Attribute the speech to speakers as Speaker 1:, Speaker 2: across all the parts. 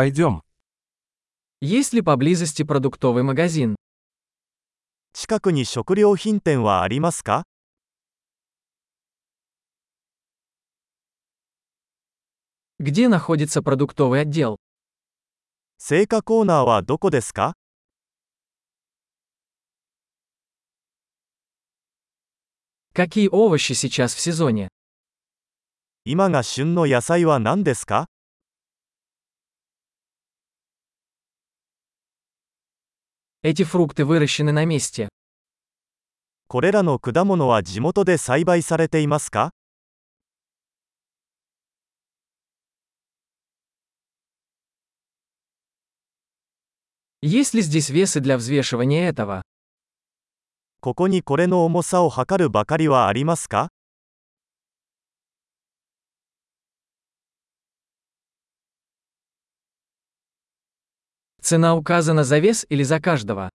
Speaker 1: Пойдем.
Speaker 2: Есть ли поблизости продуктовый магазин?
Speaker 3: 近くに食料品店はありますか
Speaker 2: Где находится продуктовый отдел?
Speaker 3: 青果コーナーはどこですか
Speaker 2: Какие овощи сейчас в сезоне?
Speaker 3: 今が旬の野菜は何ですか
Speaker 2: Эти фрукты выращены на месте.
Speaker 3: これらの果物は地元で栽培されていますか
Speaker 2: Есть ли здесь весы для взвешивания этого?
Speaker 3: ここにこれの重さを測るばかりはありますか
Speaker 2: Цена указана за вес или за каждого?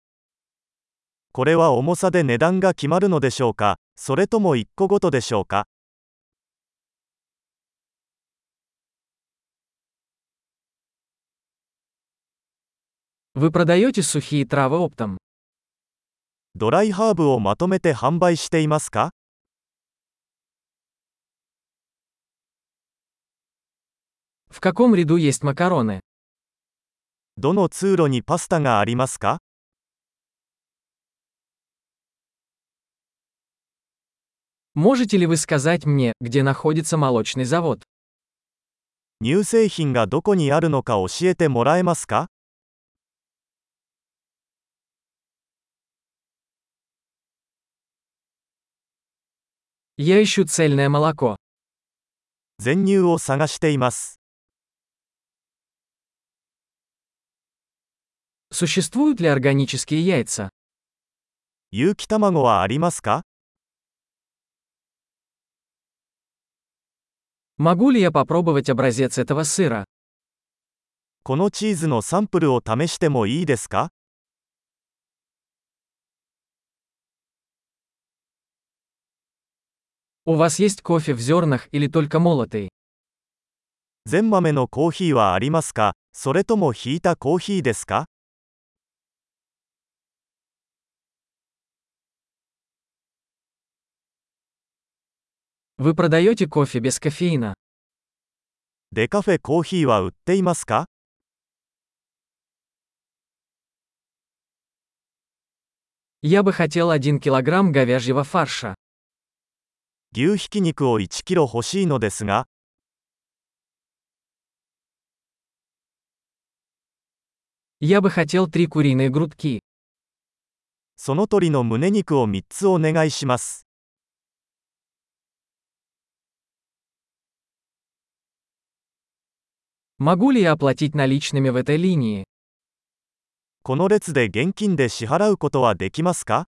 Speaker 3: これは重さで値段が決まるのでしょうかそれとも1個ごとでしょうか
Speaker 2: Вы продаете сухие травы оптом?
Speaker 3: ドライハーブをまとめて販売していますか
Speaker 2: В каком ряду есть макароны?
Speaker 3: どの通路にパスタがありますか
Speaker 2: Можете ли вы сказать мне, где находится молочный завод?
Speaker 3: 乳製品がどこにあるのか教えてもらえますか
Speaker 2: Я ищу цельное молоко.
Speaker 3: 全乳を探しています。
Speaker 2: Существуют ли органические яйца?
Speaker 3: 有機卵はありますか
Speaker 2: Могу ли я попробовать образец этого сыра?
Speaker 3: このチーズのサンプルを試してもいいですか
Speaker 2: У вас есть кофе в зернах или только молотый?
Speaker 3: 全豆のコーヒーはありますかそれともひいたコーヒーですか
Speaker 2: Вы продаете кофе без кофеина?
Speaker 3: デカフェコーヒーは売っていますか
Speaker 2: Я бы хотел 1 килограмм говяжьего фарша.
Speaker 3: 牛ひき肉を1キロ欲しいのですが、
Speaker 2: Я бы хотел 3 куриные грудки.
Speaker 3: その鳥の胸肉を3つお願いします。
Speaker 2: Могу ли я оплатить наличными в этой линии?
Speaker 3: この列で現金で支払うことはできますか